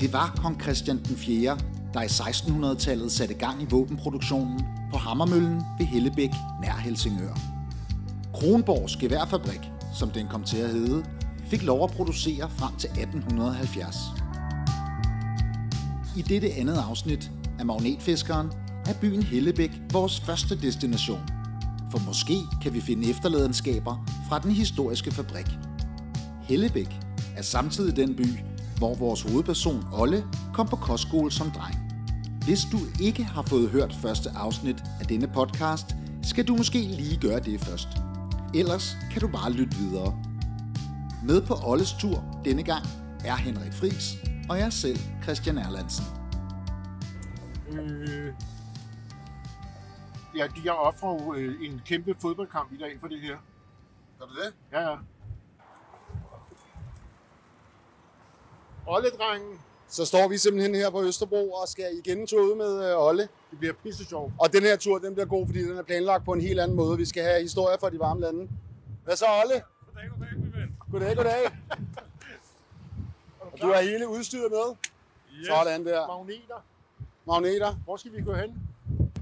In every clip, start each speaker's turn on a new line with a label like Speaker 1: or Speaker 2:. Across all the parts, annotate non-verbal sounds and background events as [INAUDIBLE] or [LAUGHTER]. Speaker 1: Det var kong Christian den 4., der i 1600-tallet satte gang i våbenproduktionen på Hammermøllen ved Hellebæk nær Helsingør. Kronborgs Geværfabrik, som den kom til at hedde, fik lov at producere frem til 1870. I dette andet afsnit af Magnetfiskeren er byen Hellebæk vores første destination. For måske kan vi finde efterladenskaber fra den historiske fabrik. Hellebæk er samtidig den by, hvor vores hovedperson Olle kom på kostskole som dreng. Hvis du ikke har fået hørt første afsnit af denne podcast, skal du måske lige gøre det først. Ellers kan du bare lytte videre. Med på Olles tur denne gang er Henrik Fris og jeg selv, Christian Erlandsen.
Speaker 2: Øh, ja, de- jeg offrer jo øh, en kæmpe fodboldkamp i dag for det her.
Speaker 3: Gør du det?
Speaker 2: Ja, ja. Olle, drengen.
Speaker 3: Så står vi simpelthen her på Østerbro og skal igen en tur ud med øh, Olle.
Speaker 2: Det bliver pisse sjovt.
Speaker 3: Og den her tur, den bliver god, fordi den er planlagt på en helt anden måde. Vi skal have historier fra de varme lande. Hvad så, Olle?
Speaker 4: Goddag, goddag, min ven.
Speaker 3: Goddag, goddag. Og du har hele udstyret med.
Speaker 4: Yes.
Speaker 3: Sådan der.
Speaker 2: Magneter.
Speaker 3: Magneter.
Speaker 2: Hvor skal vi gå hen?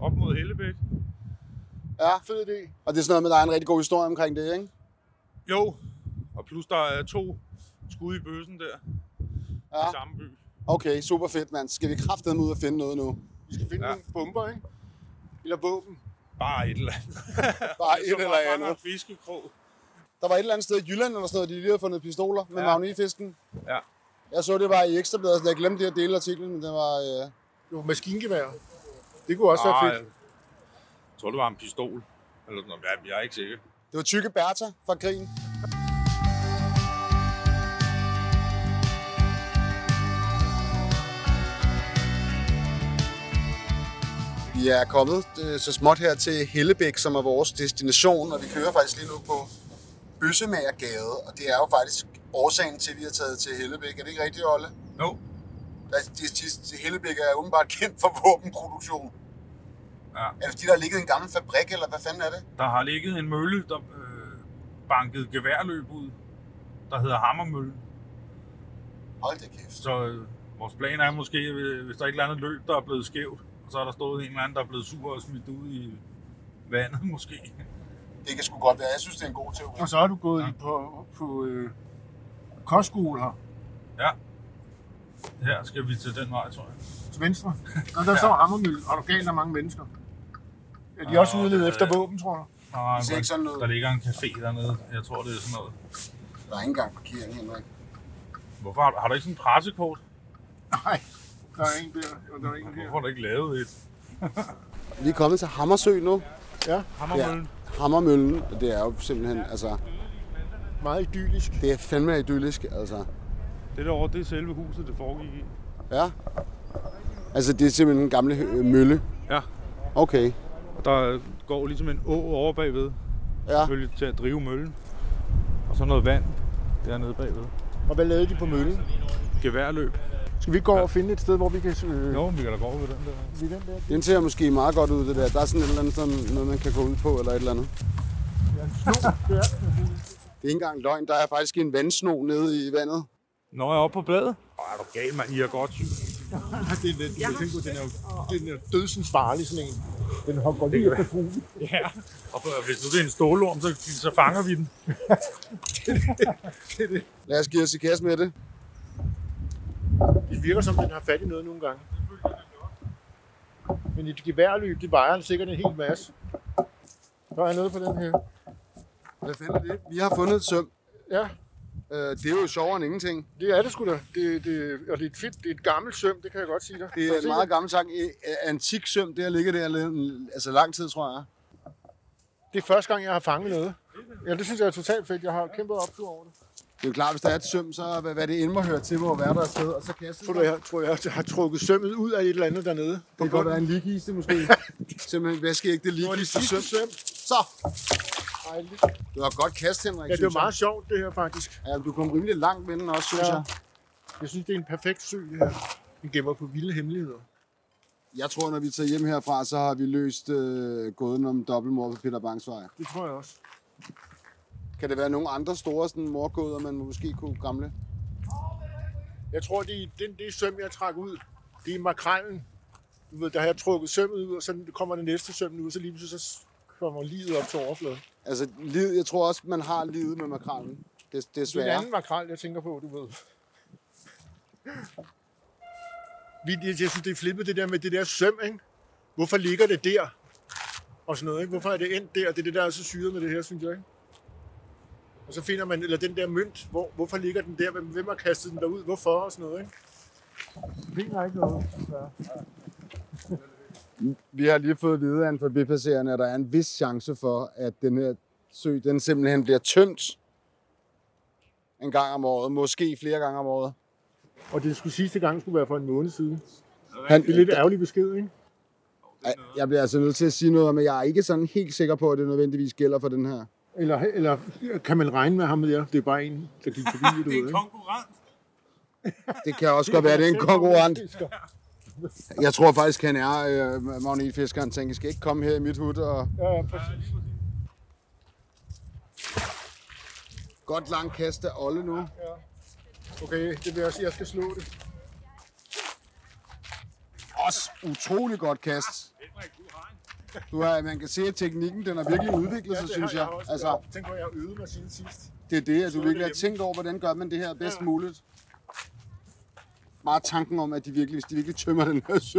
Speaker 4: Op mod Hellebæk.
Speaker 3: Ja.
Speaker 2: Fed idé.
Speaker 3: Og det er sådan noget med, at der er en rigtig god historie omkring det, ikke?
Speaker 4: Jo, og plus der er to skud i bøssen der. Ja.
Speaker 3: Ja.
Speaker 4: I samme by.
Speaker 3: Okay, super fedt, mand. Skal vi kraftedeme ud og finde noget nu?
Speaker 2: Vi skal finde
Speaker 4: Ja.
Speaker 2: ja. nogle bomber, ikke? Eller våben.
Speaker 4: Bare et eller andet.
Speaker 3: Bare et
Speaker 4: [LAUGHS] Så
Speaker 3: eller
Speaker 4: bare- bare
Speaker 3: andet.
Speaker 4: noget fiskekrog.
Speaker 3: Der var et eller andet sted i Jylland eller sådan noget, de lige havde fundet pistoler med ja.
Speaker 4: Ja.
Speaker 3: magnetfisken.
Speaker 4: Ja.
Speaker 3: Jeg så det bare i ekstrabladet, så jeg glemte det at dele artiklen, men det var... Øh...
Speaker 2: Jo, maskingevær. Det kunne også være
Speaker 4: Ah,
Speaker 2: fedt.
Speaker 4: jeg tror, det var en pistol. Eller sådan noget. Jamen, jeg er ikke sikker.
Speaker 3: Det var Tykke Bertha fra krigen. Vi er kommet øh, så småt her til Hellebæk, som er vores destination, og vi kører faktisk lige nu på Bøssemagergade, og det er jo faktisk årsagen til, at vi har taget til Hellebæk. Er det ikke rigtigt, Olle?
Speaker 4: No.
Speaker 3: Altså, det- det- Hellebæk er åbenbart [LAUGHS] kendt for våbenproduktion.
Speaker 4: Ja.
Speaker 3: Er det fordi, der har ligget en gammel fabrik, eller hvad fanden er det?
Speaker 4: Der har ligget en mølle, der øh, bankede geværløb ud, der hedder Hammermøllen.
Speaker 3: Hold da kæft.
Speaker 4: Så øh, vores plan er måske, øh, hvis der er et eller andet løb, der er blevet skævt, og så er der stået en eller anden, der er blevet sur og smidt ud i vandet måske.
Speaker 3: Det kan sgu godt være. Jeg synes, det er en god teori.
Speaker 2: Og så er du gået
Speaker 4: Ja.
Speaker 2: ja. på, på øh, kostskole her.
Speaker 4: Her skal vi til den vej, tror jeg.
Speaker 2: Til venstre. Og der står Hammermøllen, og der er galt af mange mennesker. Er de også
Speaker 4: Ah,
Speaker 2: udledet
Speaker 4: øh,
Speaker 2: efter våben, tror du?
Speaker 4: Nej,
Speaker 3: Det ser ikke sådan ud.
Speaker 4: Der ligger en café dernede. Jeg tror, det er sådan noget.
Speaker 3: Der er ikke engang parkering, Henrik.
Speaker 4: Hvorfor har, har du ikke sådan en pressekort?
Speaker 2: Nej, der er en der, og der er en her.
Speaker 4: Hvorfor har du ikke lavet et?
Speaker 3: Vi er kommet til Hammersø nu.
Speaker 4: Hammermøllen.
Speaker 3: Hammermøllen, og det er jo simpelthen, altså,
Speaker 2: Meget idyllisk.
Speaker 3: det er fandme idyllisk, altså.
Speaker 4: Ja. Det derovre, det er selve huset, det foregik i.
Speaker 3: Ja. Altså, det er simpelthen en gamle øh, mølle.
Speaker 4: Ja,
Speaker 3: Okay.
Speaker 4: og der går ligesom en å over bagved,
Speaker 3: Ja.
Speaker 4: selvfølgelig til at drive møllen. Og så noget vand dernede bagved.
Speaker 2: Og hvad lavede de på møllen?
Speaker 4: Geværløb.
Speaker 2: Skal vi gå over og finde et sted, hvor vi kan øh,
Speaker 4: Jo, vi kan da gå over ved den der.
Speaker 2: vi den der?
Speaker 3: Den ser måske meget godt ud, det der. Der er sådan et eller andet, sådan noget, man kan gå ud på, eller et eller andet. Det er ikke engang løgn. Der er faktisk en vandsno nede i vandet.
Speaker 4: Når jeg er oppe på bladet. Åh, er du gal, mand? I er godt syg.
Speaker 2: Det er den, jeg tænker på, den er, den er dødsens farlig, sådan en. Den hopper lige efter fuglen.
Speaker 4: Ja, og hvis nu det er en stålorm, så, så fanger vi den.
Speaker 3: Lad os give os i kasse med det.
Speaker 2: Det virker som, den har fat i noget nogle gange. Men et geværløb, det vejer sikkert en hel masse. Der er noget på den her.
Speaker 3: Hvad fanden er det? Vi har fundet et søm.
Speaker 2: Ja,
Speaker 3: Øh, Det er jo sjovere end ingenting.
Speaker 2: det er det sgu da. Det, det, og det er et fedt, det er et gammelt søm, det kan jeg godt sige dig. Prøv
Speaker 3: Det er
Speaker 2: at
Speaker 3: en
Speaker 2: se
Speaker 3: meget
Speaker 2: det.
Speaker 3: gammel sang. Øh, Antik søm, det har ligget der lidt- altså lang tid, tror jeg.
Speaker 2: det er første gang, jeg har fanget noget. Ja, det synes jeg er totalt fedt. Jeg har kæmpe optur over det.
Speaker 3: Det er jo klart, hvis der er et søm, så hvad, hvad det end må høre til, må være der et sted, og så kastet.
Speaker 2: Tror du, jeg, tror jeg har trukket sømmet ud af et eller andet dernede?
Speaker 3: Det kan godt være en ligiste måske.
Speaker 2: [LAUGHS]
Speaker 3: Simpelthen vaske ikke det ligiste søm.
Speaker 2: søm.
Speaker 3: Så!
Speaker 2: Ej, lidt.
Speaker 3: Det var godt kast, Henrik,
Speaker 2: Ja, det
Speaker 3: synes
Speaker 2: var meget sjovt, det her faktisk.
Speaker 3: jeg. Ja, du kom rimelig langt med den også, synes
Speaker 2: Ja.
Speaker 3: jeg.
Speaker 2: Jeg synes, det er en perfekt sø, det her. Den gemmer på vilde hemmeligheder.
Speaker 3: Jeg tror, når vi tager hjem herfra, så har vi løst øh, gåden om dobbeltmor på Peter Bangs vej.
Speaker 2: Det tror jeg også.
Speaker 3: Kan det være nogle andre store sådan, morgåder, man måske kunne gamle?
Speaker 2: Jeg tror, det er den, det søm, jeg trak ud. Det er makrallen. Du ved, der har jeg trukket sømmet ud, og så kommer det næste søm ud, og så lige pludselig så kommer livet op til overfladen.
Speaker 3: Altså, liv, jeg tror også, man har livet med makrallen. Det, det er
Speaker 2: Det er en
Speaker 3: svært.
Speaker 2: anden makrel, jeg tænker på, du ved. Vi- Jeg jeg synes, det er flippet, det der med det der søm, ikke? Hvorfor ligger det der? Og sådan noget, ikke? Hvorfor er det endt der? Det er det, der er så syret med det her, synes jeg, ikke? Og så finder man, eller den der mønt, hvor, hvorfor ligger den der? Hvem, hvem har kastet den derud? Hvorfor? Og sådan noget, ikke? Det er ikke noget.
Speaker 3: Vi har lige fået at vide af en forbipasserende, at der er en vis chance for, at den her sø, den simpelthen bliver tømt en gang om året, måske flere gange om året.
Speaker 2: Og det skulle sidste gang skulle være for en måned siden.
Speaker 3: Han,
Speaker 2: Det er lidt ærgerlig besked, ikke?
Speaker 3: jeg bliver altså nødt til at sige noget om, at jeg er ikke sådan helt sikker på, at det nødvendigvis gælder for den her.
Speaker 2: Eller, eller kan man regne med ham der? Det er bare en, der gik forbi, du
Speaker 4: Det er
Speaker 2: ved,
Speaker 4: en
Speaker 2: ikke?
Speaker 4: konkurrent.
Speaker 3: Det kan også godt være, at det er en konkurrent. Jeg tror faktisk, han er øh, magnetfiskeren. Tænker, skal ikke komme her i mit hud og
Speaker 2: Ja, ja, præcis.
Speaker 3: godt langt kast af Olle nu.
Speaker 2: Okay, det vil jeg sige, jeg skal slå det.
Speaker 3: Også utrolig godt kast.
Speaker 4: Henrik, du har en.
Speaker 3: Du har, man kan se, at teknikken den har virkelig udviklet sig, synes jeg. Altså,
Speaker 2: tænk på, at jeg øvede mig siden sidst.
Speaker 3: det er det, at du
Speaker 2: Slå det
Speaker 3: virkelig har
Speaker 2: hjemme.
Speaker 3: tænkt over, hvordan gør man det her bedst muligt. Meget tanken om, at de virkelig, hvis de virkelig tømmer den her sø.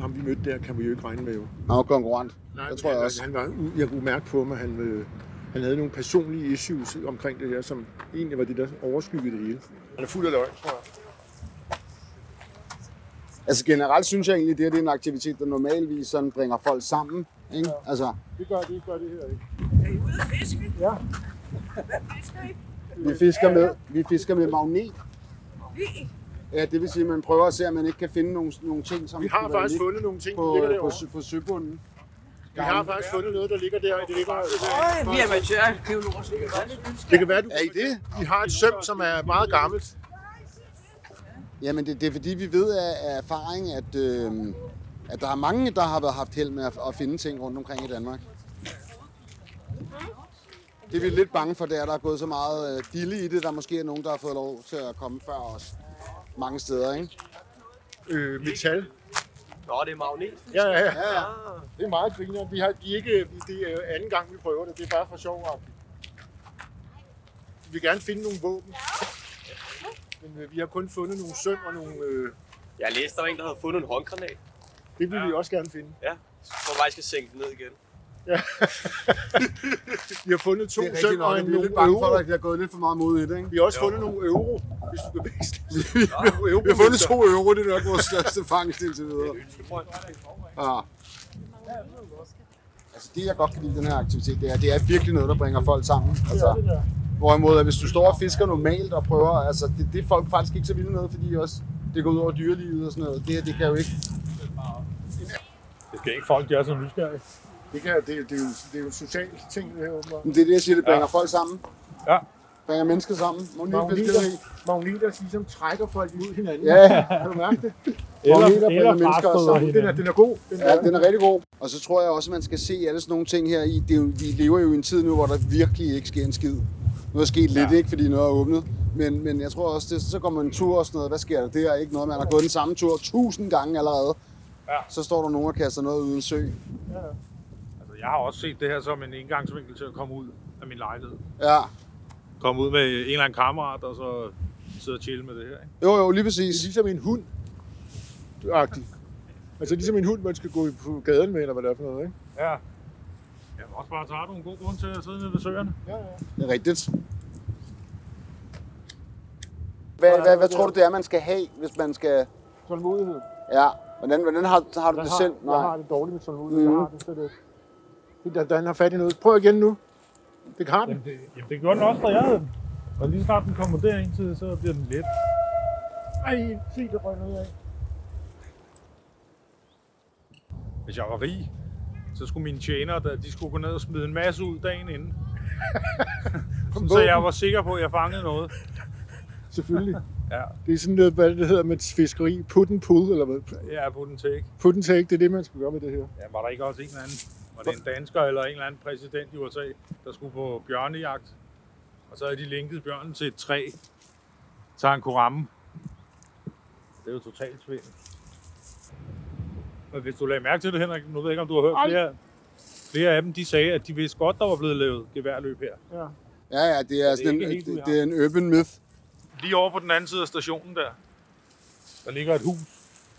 Speaker 2: Ham vi mødte der, kan vi jo ikke regne med jo.
Speaker 3: Nå, konkurrent. Det tror jeg
Speaker 2: han,
Speaker 3: også.
Speaker 2: Han var, u- jeg kunne mærke på ham, at han, øh, han havde nogle personlige issues omkring det der, som egentlig var det, der overskyggede det hele. Han er fuld af løgn, tror jeg.
Speaker 3: Altså generelt synes jeg egentlig, at det, her, det er en aktivitet, der normalvis sådan bringer folk sammen. Ikke? Altså,
Speaker 2: Det gør det, gør det her ikke.
Speaker 5: Er I ude at fiske?
Speaker 2: Ja.
Speaker 5: Hvad fisker I?
Speaker 3: vi fisker med, vi fisker med magnet.
Speaker 5: Vi?
Speaker 3: Ja, det vil sige, at man prøver at se, om man ikke kan finde nogle, nogle ting, som
Speaker 2: Vi har
Speaker 3: kunne være
Speaker 2: faktisk
Speaker 3: lidt
Speaker 2: fundet nogle ting, der
Speaker 3: på, øh,
Speaker 2: ligger
Speaker 3: på,
Speaker 2: derovre.
Speaker 3: sø- på søbunden.
Speaker 2: Vi har faktisk fundet noget, der ligger der. Det, ligger,
Speaker 5: Vi er amatører, biologer.
Speaker 2: det kan være, du...
Speaker 3: Er I det?
Speaker 2: Vi har et søm, som er meget gammelt.
Speaker 3: Jamen, det, det er fordi, vi ved af, af erfaring, at, øh, at der er mange, der har været haft held med at, at finde ting rundt omkring i Danmark. Det er vi lidt bange for, det er, at der er gået så meget øh, dille i det. Der måske er nogen, der har fået lov til at komme før os mange steder, ikke?
Speaker 2: Øh, metal.
Speaker 6: Nå, det er magnet.
Speaker 2: Ja, ja, ja. Det er meget griner. Vi har de er ikke, det er anden gang, vi prøver det. Det er bare for sjov. agtigt. Vi vil gerne finde nogle våben. Men øh, vi har kun fundet nogle søm og nogle... Øh,
Speaker 6: Jeg læste, der var en, der havde fundet en håndgranat.
Speaker 2: det vil vi også gerne finde.
Speaker 6: Ja. Hvor vej skal sænke den ned igen.
Speaker 2: [LAUGHS] Vi har fundet to søm og en,
Speaker 3: Vi er lidt
Speaker 2: nogle
Speaker 3: bange
Speaker 2: euro.
Speaker 3: for, at der er gået lidt for meget mod i det, ikke?
Speaker 2: Vi har også fundet nogle euro, hvis du kan vækste.
Speaker 3: Vi har fundet to euro, det er nok vores største fangst indtil videre. Ja. Altså det, jeg godt kan lide i den her aktivitet, det er, det er virkelig noget, der bringer folk sammen. Altså, hvorimod, at hvis du står og fisker normalt og prøver, altså det, det er folk faktisk ikke så vilde med, fordi også det går ud over dyrelivet og sådan noget. Det her, det kan jo ikke.
Speaker 4: Det skal ikke folk, de er så nysgerrige.
Speaker 2: Det, kan, det, det, er jo, det er jo en social ting, det her åbenbart.
Speaker 3: Men det er det, jeg siger, det bringer ja. folk sammen.
Speaker 4: Ja.
Speaker 3: Bringer mennesker sammen.
Speaker 2: Magneter,
Speaker 3: Magnetfiskeri.
Speaker 2: magneter ligesom trækker folk mod hinanden.
Speaker 3: Ja,
Speaker 2: Kan du mærke det?
Speaker 3: magneter bringer mennesker sammen.
Speaker 2: Den er, den er god. Den
Speaker 3: Ja, den er rigtig god. Og så tror jeg også, at man skal se alle sådan nogle ting her i. Det er jo, vi lever jo i en tid nu, hvor der virkelig ikke sker en skid. Nu er sket lidt, ikke, fordi noget er åbnet. Men, men jeg tror også, det, så går man en tur og sådan noget. Hvad sker der der? Ikke noget, man har gået den samme tur tusind gange allerede. Ja. Så står der nogen og kaster noget uden sø.
Speaker 4: Altså, jeg har også set det her som en indgangsvinkel til at komme ud af min lejlighed.
Speaker 3: Ja.
Speaker 4: Komme ud med en eller anden kammerat, og så sidde og chille med det her. Ikke?
Speaker 3: Jo, jo, lige
Speaker 2: Det er
Speaker 3: præcis.
Speaker 2: ligesom en hund. Agtig. Altså ligesom en hund, man skal gå i- på gaden med, eller hvad det er for noget, ikke?
Speaker 4: Ja. Jeg vil også bare tage en god grund til at sidde nede ved søerne.
Speaker 2: Ja, ja.
Speaker 3: Det er rigtigt. Hvad, hvad, hvad tror du, det er, man skal have, hvis man skal...
Speaker 2: Tålmodighed.
Speaker 3: Ja, hvordan, hvordan har, har du
Speaker 2: Jeg
Speaker 3: det
Speaker 2: har,
Speaker 3: selv?
Speaker 2: jeg har det dårligt med tålmodighed. Mm. Jeg har det slet ikke. Det er, da han har fat i noget. Prøv igen nu. Det har den.
Speaker 4: Jamen, det, jamen, det gjorde den også, da jeg havde den. Og lige snart den kommer derind til, så bliver den let.
Speaker 2: Ej, se, det røg noget af.
Speaker 4: Hvis jeg var rig, så skulle mine tjenere, der- de skulle gå ned og smide en masse ud dagen [LAUGHS] inden. Sådan, så jeg var sikker på, at jeg fangede noget.
Speaker 2: Selvfølgelig.
Speaker 4: Ja.
Speaker 2: Det er sådan noget, hvad det hedder med fiskeri. Put and pull, eller hvad?
Speaker 4: Jeg er på den tæk.
Speaker 2: Put and take, det er det, man skal gøre med det her.
Speaker 4: Ja, var der ikke også en eller anden, var det en dansker eller en eller anden præsident i USA, der skulle på bjørnejagt? Og så havde de linket bjørnen til et træ, så han kunne ramme. Det er jo totalt svindel. Men hvis du lagde mærke til det, Henrik, nu ved jeg ikke, om du har hørt flere, flere af dem, de sagde, at de vidste godt, der var blevet lavet geværløb her.
Speaker 3: Ja, ja, det er, sådan
Speaker 4: ikke
Speaker 3: en,
Speaker 4: helt, vi
Speaker 3: det,
Speaker 4: har.
Speaker 3: det er en open myth.
Speaker 4: Lige over på den anden side af stationen der, der ligger et hus,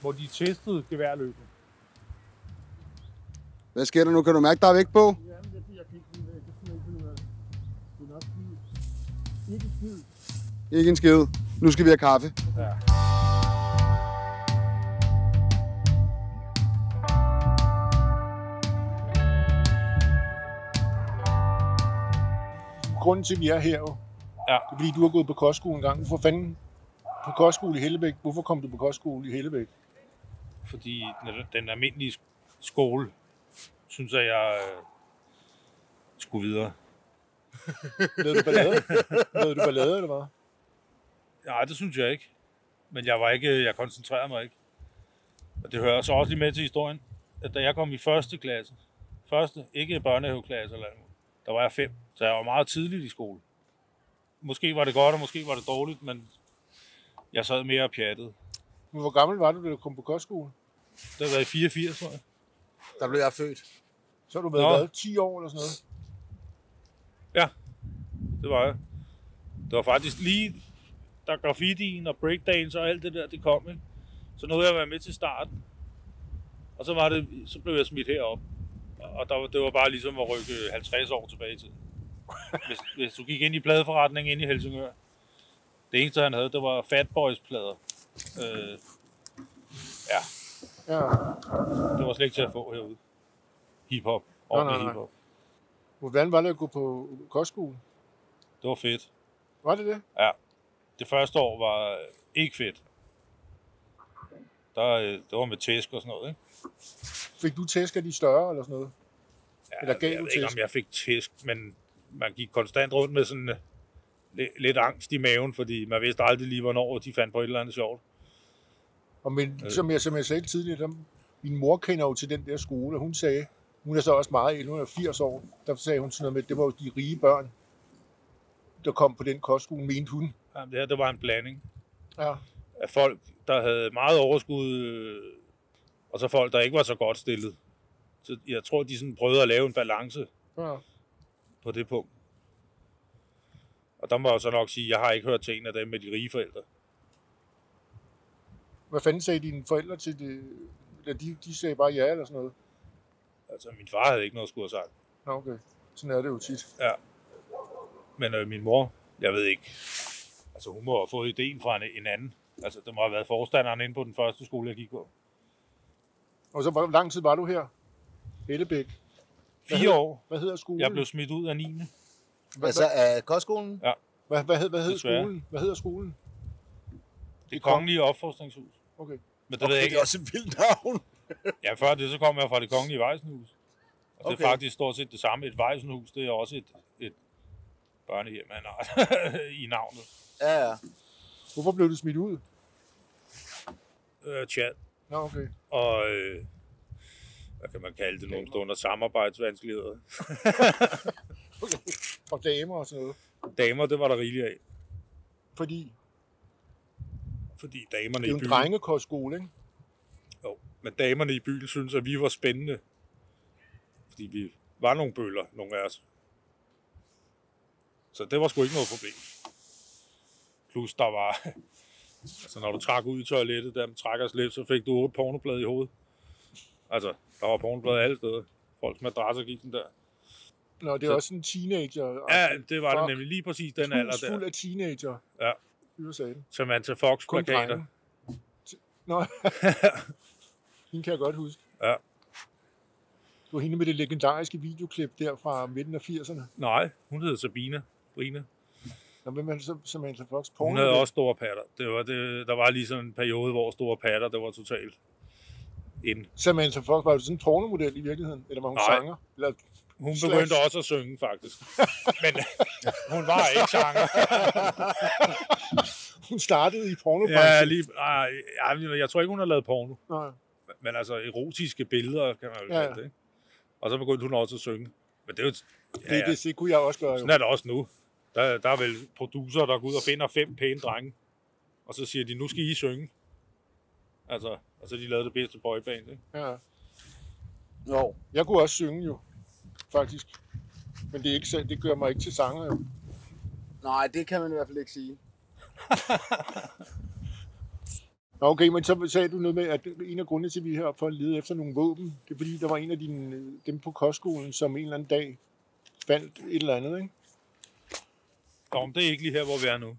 Speaker 4: hvor de testede geværløbet.
Speaker 3: Hvad sker der nu? Kan du mærke, der er væk på?
Speaker 2: Jamen, jeg, jeg kan ikke finde ud af det. Det kan jeg ikke finde ud af. Det er nok skid. Ikke skid.
Speaker 3: Ikke en skid. Nu skal vi have kaffe.
Speaker 2: Grunden til, at vi er her jo,
Speaker 4: Ja.
Speaker 2: det er, fordi du har gået på kostskole en gang. Hvorfor fanden på kostskole i Hellebæk? Hvorfor kom du på kostskole i Hellebæk?
Speaker 4: fordi den- den almindelige skole, synes at jeg øh, skulle videre.
Speaker 2: Lavede du ballade? Lavede du ballade, eller hvad?
Speaker 4: Nej, det synes jeg ikke. Men jeg var ikke, jeg koncentrerede mig ikke. Og det hører så også lige med til historien, at da jeg kom i første klasse, første, ikke børnehaveklasse eller andet, der var jeg fem, så jeg var meget tidligt i skole. Måske var det godt, og måske var det dårligt, men jeg sad mere og pjattede.
Speaker 2: Men hvor gammel var du, da du kom på kostskole?
Speaker 4: Det var i 84, tror jeg.
Speaker 7: Der blev jeg født.
Speaker 2: Så har du været
Speaker 4: Nå.
Speaker 2: hvad, 10 år eller sådan noget?
Speaker 4: Det var jeg. Det var faktisk lige, da graffitien og breakdance og alt det der, det kom, ikke? Så nåede jeg at være med til starten. Og så, var det, så blev jeg smidt herop. Og der, var- det var bare ligesom at rykke 50 år tilbage i tiden. Hvis, hvis du gik ind i pladeforretningen inde i Helsingør, det eneste han havde, det var Fat Boys plader. Øh, ja,
Speaker 2: Ja.
Speaker 4: det var slet ikke til at få herude. Hip-hop.
Speaker 2: Nå,
Speaker 4: ordentlig
Speaker 2: nej, nej.
Speaker 4: Hip-hop.
Speaker 2: Hvordan var det at gå på kostskole?
Speaker 4: Det var fedt.
Speaker 2: Var det det?
Speaker 4: det første år var øh, ikke fedt. Der, øh, det var med tæsk og sådan noget, ikke?
Speaker 2: Fik du tæsk af de større eller sådan noget?
Speaker 4: Ja,
Speaker 2: Eller gav
Speaker 4: jeg
Speaker 2: du
Speaker 4: ved ikke,
Speaker 2: tæsk?
Speaker 4: om jeg fik tæsk, men man gik konstant rundt med sådan øh, li- lidt angst i maven, fordi man vidste aldrig lige, hvornår de fandt på et eller andet sjovt.
Speaker 2: Og men,
Speaker 4: Øh.
Speaker 2: som, jeg, som jeg sagde tidligere, der, min mor kender jo til den der skole, og hun sagde, hun er så også meget ældre, hun er 80 år, der sagde hun sådan noget med, at det var jo de rige børn, der kom på den kostskole, mente hun.
Speaker 4: Jamen, det her, det var en blanding
Speaker 2: Ja.
Speaker 4: af folk, der havde meget overskud, øh, og så folk, der ikke var så godt stillet. Så jeg tror, de sådan prøvede at lave en balance
Speaker 2: ja.
Speaker 4: på det punkt. Og der må jeg jo så nok sige, at jeg har ikke hørt til en af dem med de rige forældre.
Speaker 2: Hvad fanden sagde dine forældre til det? Eller de, de sagde bare ja eller sådan noget.
Speaker 4: Altså, min far havde ikke noget at skulle have sagt.
Speaker 2: Nå, okay. Sådan er det jo tit.
Speaker 4: Men øh, min mor, jeg ved ikke. Altså, hun må have fået ideen fra en, en anden. Altså, der må have været forstanderen inde på den første skole, jeg gik på.
Speaker 2: Og så hvor lang tid var du her? Hellebæk.
Speaker 4: Fire år.
Speaker 2: Hvad hedder skolen?
Speaker 4: Jeg blev smidt ud af 9.
Speaker 2: Hvad-
Speaker 7: Altså af kostskolen?
Speaker 2: Hvad, hvad, hed, hvad hed
Speaker 4: Desværre.
Speaker 2: skolen? Hvad hedder skolen?
Speaker 4: Det kongelige opforskningshus.
Speaker 2: Okay.
Speaker 4: Men det ved jeg
Speaker 7: Det
Speaker 4: ikke.
Speaker 7: er også et vildt navn.
Speaker 4: [LAUGHS] Ja, før det, så kom jeg fra det kongelige vejsenhus. Og okay. det er
Speaker 7: Okay.
Speaker 4: faktisk stort set det samme. Et vejsenhus, det er også et, et børnehjem af en art [LAUGHS] i navnet.
Speaker 7: Ja, ja.
Speaker 2: Hvorfor blev du smidt ud?
Speaker 4: Øh, chat.
Speaker 2: Nå, okay.
Speaker 4: og øh, hvad kan man kalde det nogle stunder samarbejdsvanskeligheder.
Speaker 2: Og damer og sådan noget.
Speaker 4: Damer, det var der rigeligt af,
Speaker 2: Fordi
Speaker 4: fordi damerne
Speaker 2: det er
Speaker 4: i
Speaker 2: jo en
Speaker 4: byen,
Speaker 2: drengekostskole, ikke?
Speaker 4: jo, men damerne i byen synes at vi var spændende, fordi vi var nogle bøller, nogle af os. Så det var sgu ikke noget problem. Plus der var, [LAUGHS] altså når du trak ud i toilettet, der man trækker slip, så fik du otte pornoblade i hovedet. Altså, der var pornoblade alle steder. Folks madrasser gik den der.
Speaker 2: Nå, det er
Speaker 4: Så-
Speaker 2: også sådan en teenager. Altså,
Speaker 4: Ja, det var det
Speaker 2: Fuck.
Speaker 4: nemlig lige præcis den alder der.
Speaker 2: fuld af teenager.
Speaker 4: Ja.
Speaker 2: USA.
Speaker 4: Samantha Fox
Speaker 2: Kun
Speaker 4: plakater.
Speaker 2: drenge.
Speaker 4: [LAUGHS]
Speaker 2: Nå. hende kan jeg godt huske.
Speaker 4: Ja.
Speaker 2: Det var hende med det legendariske videoklip der fra midten af 80'erne.
Speaker 4: Nej, hun hedder Sabine. Brine.
Speaker 2: Nå, hvem er det så, som Angela Fox?
Speaker 4: Hun havde også store patter. Det var, det, der var lige sådan en periode, hvor store patter, det var totalt ind.
Speaker 2: Samantha Fox, var jo sådan en pornomodel i virkeligheden? Eller var hun
Speaker 4: Nej.
Speaker 2: sanger? Eller,
Speaker 4: Hun
Speaker 2: Slash.
Speaker 4: begyndte også at synge, faktisk. Men øh, hun var ikke sanger.
Speaker 2: hun startede i
Speaker 4: Ja,
Speaker 2: pornobranchen.
Speaker 4: lige, ej, ej, jeg tror ikke, hun har lavet porno.
Speaker 2: Ja,
Speaker 4: Men altså erotiske billeder, kan man jo
Speaker 2: Ja.
Speaker 4: ja. det. ikke? Og så begyndte hun også at synge. Men det er jo... Ja,
Speaker 2: Det,
Speaker 4: ja.
Speaker 2: det, det kunne jeg også gøre, jo.
Speaker 4: Sådan er det også nu. Der, der er vel producer, der går ud og finder fem pæne drenge. Og så siger de, nu skal I synge. Altså, altså de lavede det bedste boyband, ikke?
Speaker 2: Ja.
Speaker 7: Jo.
Speaker 2: Jeg kunne også synge jo, faktisk. Men det, er ikke, så- det gør mig ikke til sanger jo.
Speaker 3: Nej, det kan man i hvert fald ikke sige.
Speaker 2: Nå, okay, men så sagde du noget med, at en af grundene til, at vi er heroppe for at lede efter nogle våben, det er fordi, der var en af dine, dem på kostskolen, som en eller anden dag fandt et eller andet, ikke?
Speaker 4: Nå, men det er ikke lige her, hvor vi er nu.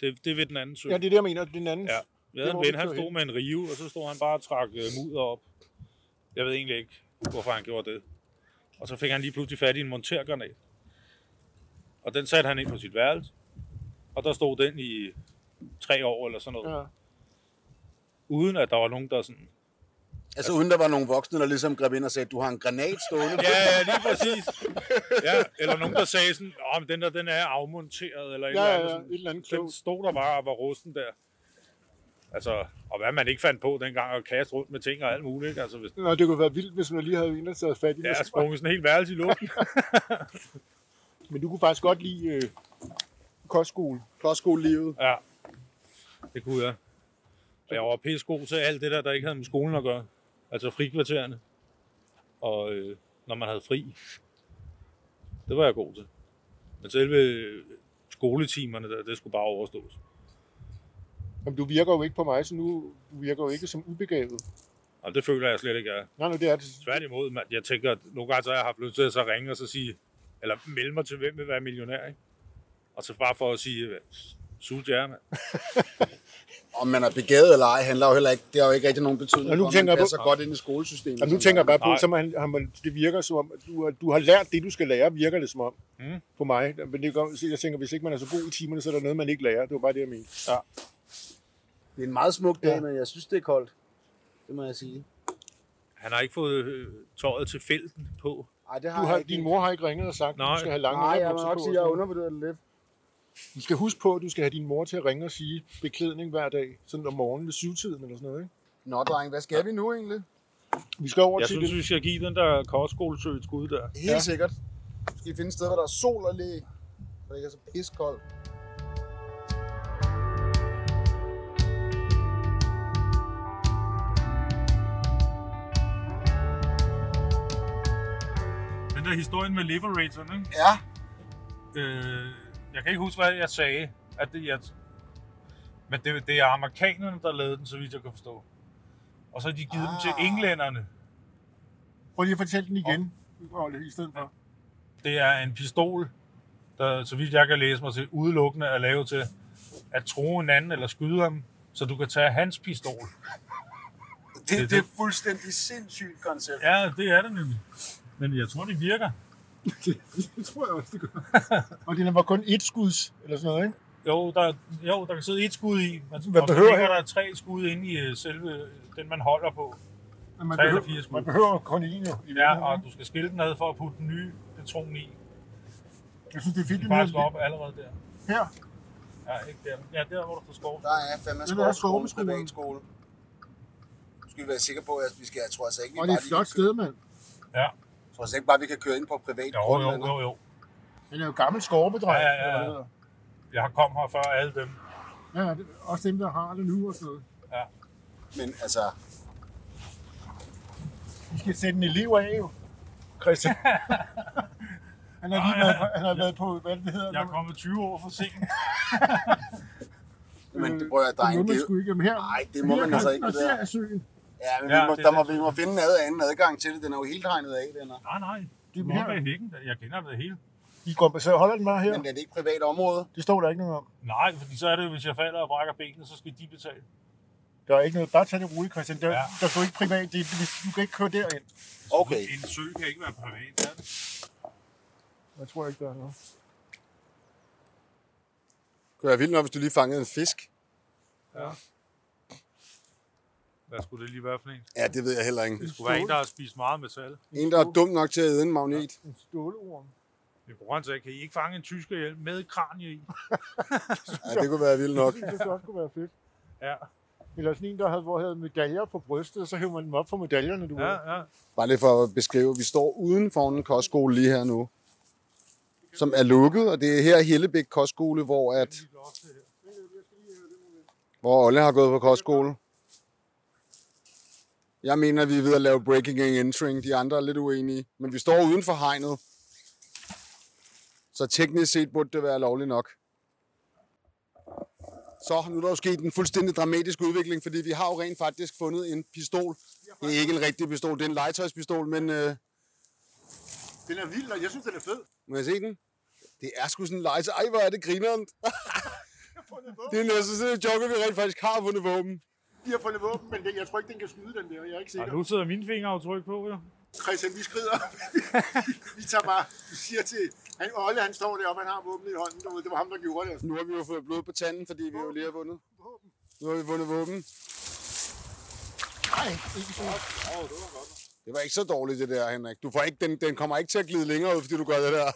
Speaker 4: Det, det er ved den anden sø.
Speaker 2: Ja, det er det, jeg mener, den anden.
Speaker 4: Ja. Vi havde
Speaker 2: Det
Speaker 4: en
Speaker 2: må vi
Speaker 4: ven, han
Speaker 2: køre
Speaker 4: stod
Speaker 2: ind.
Speaker 4: med en rive, og så stod han bare og trak øh, mudder op. Jeg ved egentlig ikke, hvorfor han gjorde det. Og så fik han lige pludselig fat i en montergranat. Og den satte han ind på sit værelse. Og der stod den i tre år eller sådan noget. Ja.
Speaker 2: Ja.
Speaker 4: Uden at der var nogen, der sådan...
Speaker 7: Altså uden der var nogen voksne, der ligesom greb ind og sagde, du har en granat stående.
Speaker 4: Ja, ja, lige præcis. Ja, eller nogen, der sagde sådan, Åh, men den der den er afmonteret, eller et
Speaker 2: Ja, ja,
Speaker 4: eller andet.
Speaker 2: ja,
Speaker 4: sådan.
Speaker 2: et eller andet
Speaker 4: Den
Speaker 2: klogt.
Speaker 4: stod der bare og var rusten der. Altså, og hvad man ikke fandt på dengang, at kaste rundt med ting og alt muligt. ikke? Altså, hvis
Speaker 2: Nå, det kunne være vildt, hvis man lige havde en, der sad fat i
Speaker 4: jeg har
Speaker 2: [LAUGHS] det.
Speaker 4: sprunget sådan en hel værelse i
Speaker 2: [LAUGHS]
Speaker 4: luften.
Speaker 2: Men du kunne faktisk godt lide øh, kostskole.
Speaker 3: Kostskolelivet.
Speaker 4: Ja, det kunne jeg. Og jeg var pissegod til alt det der, der ikke havde med skolen at gøre. Altså frikvartererne. Og øh, når man havde fri. Det var jeg god til. Men selve øh, skoletimerne, der, det skulle bare overstås.
Speaker 2: Jamen, du virker jo ikke på mig, så nu du virker jo ikke som ubegavet.
Speaker 4: Og Altså, det føler jeg slet ikke, jeg er.
Speaker 2: Nej, nej, det er det.
Speaker 4: Tværtimod, mand. Jeg tænker, at nogle gange så har jeg haft lyst til at så ringe og så sige, eller melde mig til, hvem vil være millionær, ikke? Og så bare for at sige, sult jer, mand.
Speaker 3: Om man er begavet eller ej, handler jo heller ikke, det har jo ikke rigtig nogen betydning,
Speaker 2: Og nu
Speaker 3: for, om
Speaker 2: tænker
Speaker 3: man
Speaker 2: jeg på-
Speaker 3: passer godt ind i skolesystemet.
Speaker 2: Jamen, nu tænker jeg bare på,
Speaker 4: Nej.
Speaker 2: som han, han, det virker som om, at du, har- du har lært det, du skal lære, virker det som om
Speaker 4: Mm.
Speaker 2: mm. på mig. Men det gør, så jeg tænker, hvis ikke man er så god i timerne, så er der noget, man ikke lærer. Det var bare det, jeg mente.
Speaker 3: Det er en meget smuk dag,
Speaker 2: Ja.
Speaker 3: men jeg synes, det er koldt. Det må jeg sige.
Speaker 4: Han har ikke fået øh, tøjet til felten på.
Speaker 3: Ej, det har
Speaker 2: Du har,
Speaker 3: jeg ikke.
Speaker 2: din mor har ikke ringet og sagt, at
Speaker 4: Nej.
Speaker 2: du skal have lange
Speaker 3: Nej, jeg må
Speaker 2: underbukser
Speaker 3: nok
Speaker 2: på
Speaker 3: sige,
Speaker 2: og sådan
Speaker 3: at jeg har
Speaker 2: noget.
Speaker 3: undervurderet det lidt.
Speaker 2: Du skal huske på, at du skal have din mor til at ringe og sige beklædning hver dag, sådan om morgenen ved syvtiden eller sådan noget. Ikke?
Speaker 3: Nå, dreng, hvad skal vi nu egentlig?
Speaker 2: Vi skal over
Speaker 4: Jeg
Speaker 2: til
Speaker 4: synes,
Speaker 2: det.
Speaker 4: vi skal give den der kostskolesø et skud der.
Speaker 3: Helt ja. sikkert. Nu skal vi finde et sted, hvor der er sol og læ, så det ikke er så piskoldt.
Speaker 4: Den der historien med Liberatorn, ikke?
Speaker 3: Ja,
Speaker 4: Øh, jeg kan ikke huske, hvad jeg sagde. At det, jeg, men det, det er amerikanerne, der lavede den, så vidt jeg kan forstå. Og så har de givet ah. den til
Speaker 3: Ah.
Speaker 4: englænderne.
Speaker 2: Prøv lige at fortælle den igen, Olle, i stedet for.
Speaker 4: Det er en pistol, der, så vidt jeg kan læse mig til, udelukkende er lavet til at tro en anden eller skyde ham, så du kan tage hans pistol.
Speaker 3: det,
Speaker 4: det er
Speaker 3: fuldstændig sindssygt koncept.
Speaker 4: Ja, det er det nemlig. Men jeg tror, det virker.
Speaker 2: [LAUGHS] Det tror jeg også, det gør. [LAUGHS] og den var kun et skuds, eller sådan noget, ikke?
Speaker 4: Jo, der, jo, der kan sidde et skud i, men
Speaker 2: Hvad
Speaker 4: og så
Speaker 2: behøver
Speaker 4: ligger
Speaker 2: jeg?
Speaker 4: der tre skud inde i øh, selve øh, den, man holder på.
Speaker 2: Men man,
Speaker 4: 83
Speaker 2: behøver,
Speaker 4: skud.
Speaker 2: man behøver kun en jo. i
Speaker 4: Ja,
Speaker 2: virkeligheden,
Speaker 4: og
Speaker 2: ikke?
Speaker 4: du skal skille den ad for at putte den nye patron i.
Speaker 2: Jeg synes, det er fedt,
Speaker 4: Det
Speaker 2: det
Speaker 4: er faktisk
Speaker 2: her.
Speaker 4: op allerede der.
Speaker 2: her.
Speaker 4: Ja, ikke der. Ja, der hvor du får skov.
Speaker 3: Der er fandme
Speaker 2: Det er
Speaker 3: skole,
Speaker 2: også skoleskolen.
Speaker 3: privatskole. Nu skal vi være sikre på, at vi skal, jeg tror altså ikke, vi
Speaker 2: Og det er
Speaker 3: bare
Speaker 2: et
Speaker 3: lige
Speaker 2: flot
Speaker 3: kan
Speaker 2: sted, mand.
Speaker 4: Ja,
Speaker 3: køre- Jeg tror altså ikke bare, vi kan køre ind på privat
Speaker 4: jo,
Speaker 3: grund.
Speaker 4: jo,
Speaker 3: eller-
Speaker 4: jo, jo.
Speaker 2: Den er jo gammel skorpedrej.
Speaker 4: Ja, ja, ja.
Speaker 2: eller hvad det hedder.
Speaker 4: Jeg har kommet her før alle dem.
Speaker 2: Ja, det er også dem, der har det nu og sådan noget.
Speaker 3: Men altså,
Speaker 2: Vi skal sætte en elev af, jo. Christian. [LAUGHS] han har lige
Speaker 4: Ej.
Speaker 2: været på, han har været på hvad det hedder.
Speaker 4: Jeg er kommet 20 år for sent.
Speaker 3: men det prøver jeg, dreng.
Speaker 2: Det må
Speaker 3: Det,
Speaker 2: man sgu ikke. Jamen her.
Speaker 3: nej, det må man altså ikke.
Speaker 2: Og
Speaker 3: Det
Speaker 2: der
Speaker 3: der.
Speaker 2: er søen.
Speaker 3: Ja, men vi
Speaker 4: Ja,
Speaker 3: må,
Speaker 4: det er
Speaker 3: der må,
Speaker 4: det.
Speaker 3: vi må finde en ad- anden adgang til det. Den er jo helt regnet af, den er.
Speaker 4: Nej, nej. Det
Speaker 2: Det
Speaker 4: er
Speaker 2: er
Speaker 4: mere
Speaker 2: her.
Speaker 4: bag hækken. Jeg kender det hele.
Speaker 2: I går, så holder den bare her.
Speaker 3: Men det er det ikke privat område.
Speaker 2: Det står der ikke noget om.
Speaker 4: Nej, fordi så er det jo, hvis jeg falder og brækker benene, så skal de betale.
Speaker 2: Der er ikke noget. Bare tag det roligt, Christian. Der,
Speaker 4: Ja.
Speaker 2: ja. der står ikke privat. Det, det- du kan ikke køre derind.
Speaker 3: Okay.
Speaker 4: En sø kan ikke være privat, er det?
Speaker 2: Jeg tror ikke, der er noget.
Speaker 3: Det kunne være vildt nok, hvis du lige fangede en fisk.
Speaker 4: Hvad skulle det lige være for en?
Speaker 3: Ja, det ved jeg heller ikke.
Speaker 4: Det skulle være en, der har spist meget metal.
Speaker 3: En, der er dum nok til at æde en magnet.
Speaker 2: En stålorm.
Speaker 4: Min bror han sagde, kan I ikke fange en tysker hjælp med kranje i?
Speaker 3: Ja, det kunne være vildt nok.
Speaker 2: Det synes jeg også kunne være fedt.
Speaker 4: Ja,
Speaker 2: Eller sådan en, der havde, hvor havde medaljer på brystet, og så hævde man dem op for medaljerne, du
Speaker 4: ja,
Speaker 2: ved.
Speaker 4: ja.
Speaker 3: Bare lige for at beskrive, vi står uden for en kostskole lige her nu, som er lukket, og det er her Hellebæk Kostskole, hvor, at, hvor Olle har gået på kostskole. Jeg mener, vi er ved at lave breaking and entering. De andre er lidt uenige. Men vi står uden for hegnet. Så teknisk set burde det være lovligt nok. Så, nu er der jo sket en fuldstændig dramatisk udvikling, fordi vi har jo rent faktisk fundet en pistol. Det er ikke en rigtig pistol, det er en legetøjspistol, men øh,
Speaker 2: Den er vild, og jeg synes, den er fed.
Speaker 3: må jeg se den? Det er sgu sådan en legetøj. Ej, hvor er det grineren.
Speaker 2: Jeg har [LAUGHS] fundet våben.
Speaker 3: Det er næsten sådan en joke, at vi rent faktisk har fundet våben.
Speaker 2: Vi har fundet våben, men jeg, jeg tror ikke, den kan skyde den der. Jeg er ikke
Speaker 4: Og
Speaker 2: sikker.
Speaker 4: nu sidder mine fingeraftryk på, jo.
Speaker 2: Christian, vi skrider. [LAUGHS] vi tager bare, vi siger til... Han, Olle, han står deroppe, han har våbnet i hånden. Du ved, Det var ham, der gjorde det.
Speaker 3: Nu har vi jo fået blod på tanden, fordi vi jo lige har vundet. Nu har vi vundet våben.
Speaker 2: Nej, ikke så.
Speaker 3: Det var ikke så dårligt, det der, Henrik. Du får ikke, den, den kommer ikke til at glide længere ud, fordi du gør det der.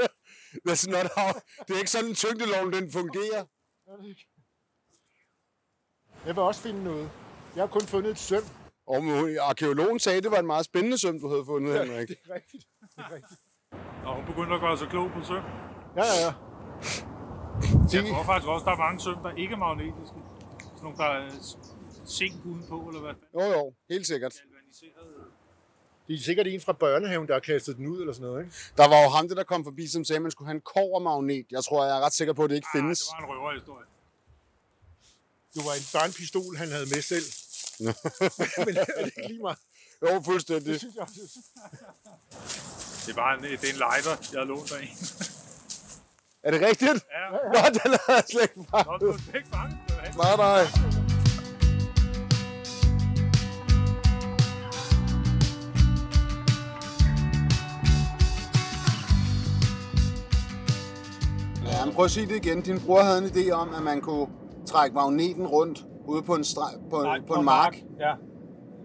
Speaker 3: [LAUGHS] That's not how. Det er ikke sådan, tyngdeloven den fungerer.
Speaker 2: Jeg vil også finde noget. Jeg har kun fundet et søm.
Speaker 3: Og men arkeologen sagde, at det var en meget spændende søm, du havde fundet, Henrik.
Speaker 2: Det er rigtigt. Det er rigtigt.
Speaker 4: Og hun begyndte at gøre sig klog på søm.
Speaker 2: Ja, ja, ja.
Speaker 4: Jeg tror faktisk også, der er mange søm, der ikke er magnetiske. Sådan nogle, der er zink udenpå, eller hvad fanden
Speaker 3: Jo, jo, helt sikkert.
Speaker 4: galvaniseret.
Speaker 2: Det er sikkert en fra børnehaven, der har kastet den ud eller sådan noget, ikke?
Speaker 3: Der var jo ham, der kom forbi, som sagde, at man skulle have en kovermagnet. Jeg tror, jeg er ret sikker på, at det ikke
Speaker 4: Ah,
Speaker 3: findes.
Speaker 4: det var en røverhistorie.
Speaker 2: Det var en børnepistol, han havde med [LAUGHS] selv. men er det ikke lige meget?
Speaker 3: Jo, fuldstændig.
Speaker 4: Det var en, det er en lighter, jeg har lånt af en.
Speaker 3: Er det rigtigt? [LAUGHS]
Speaker 4: Ja,
Speaker 3: Nå, den har jeg slet ikke
Speaker 4: Nå,
Speaker 3: fanget.
Speaker 4: du er ikke fanget. Det var
Speaker 3: Nej, nej. Ja, men prøv at sige det igen. Din bror havde en idé om, at man kunne trække magneten rundt ude på en, streg, på, en- på en mark.
Speaker 4: Ja.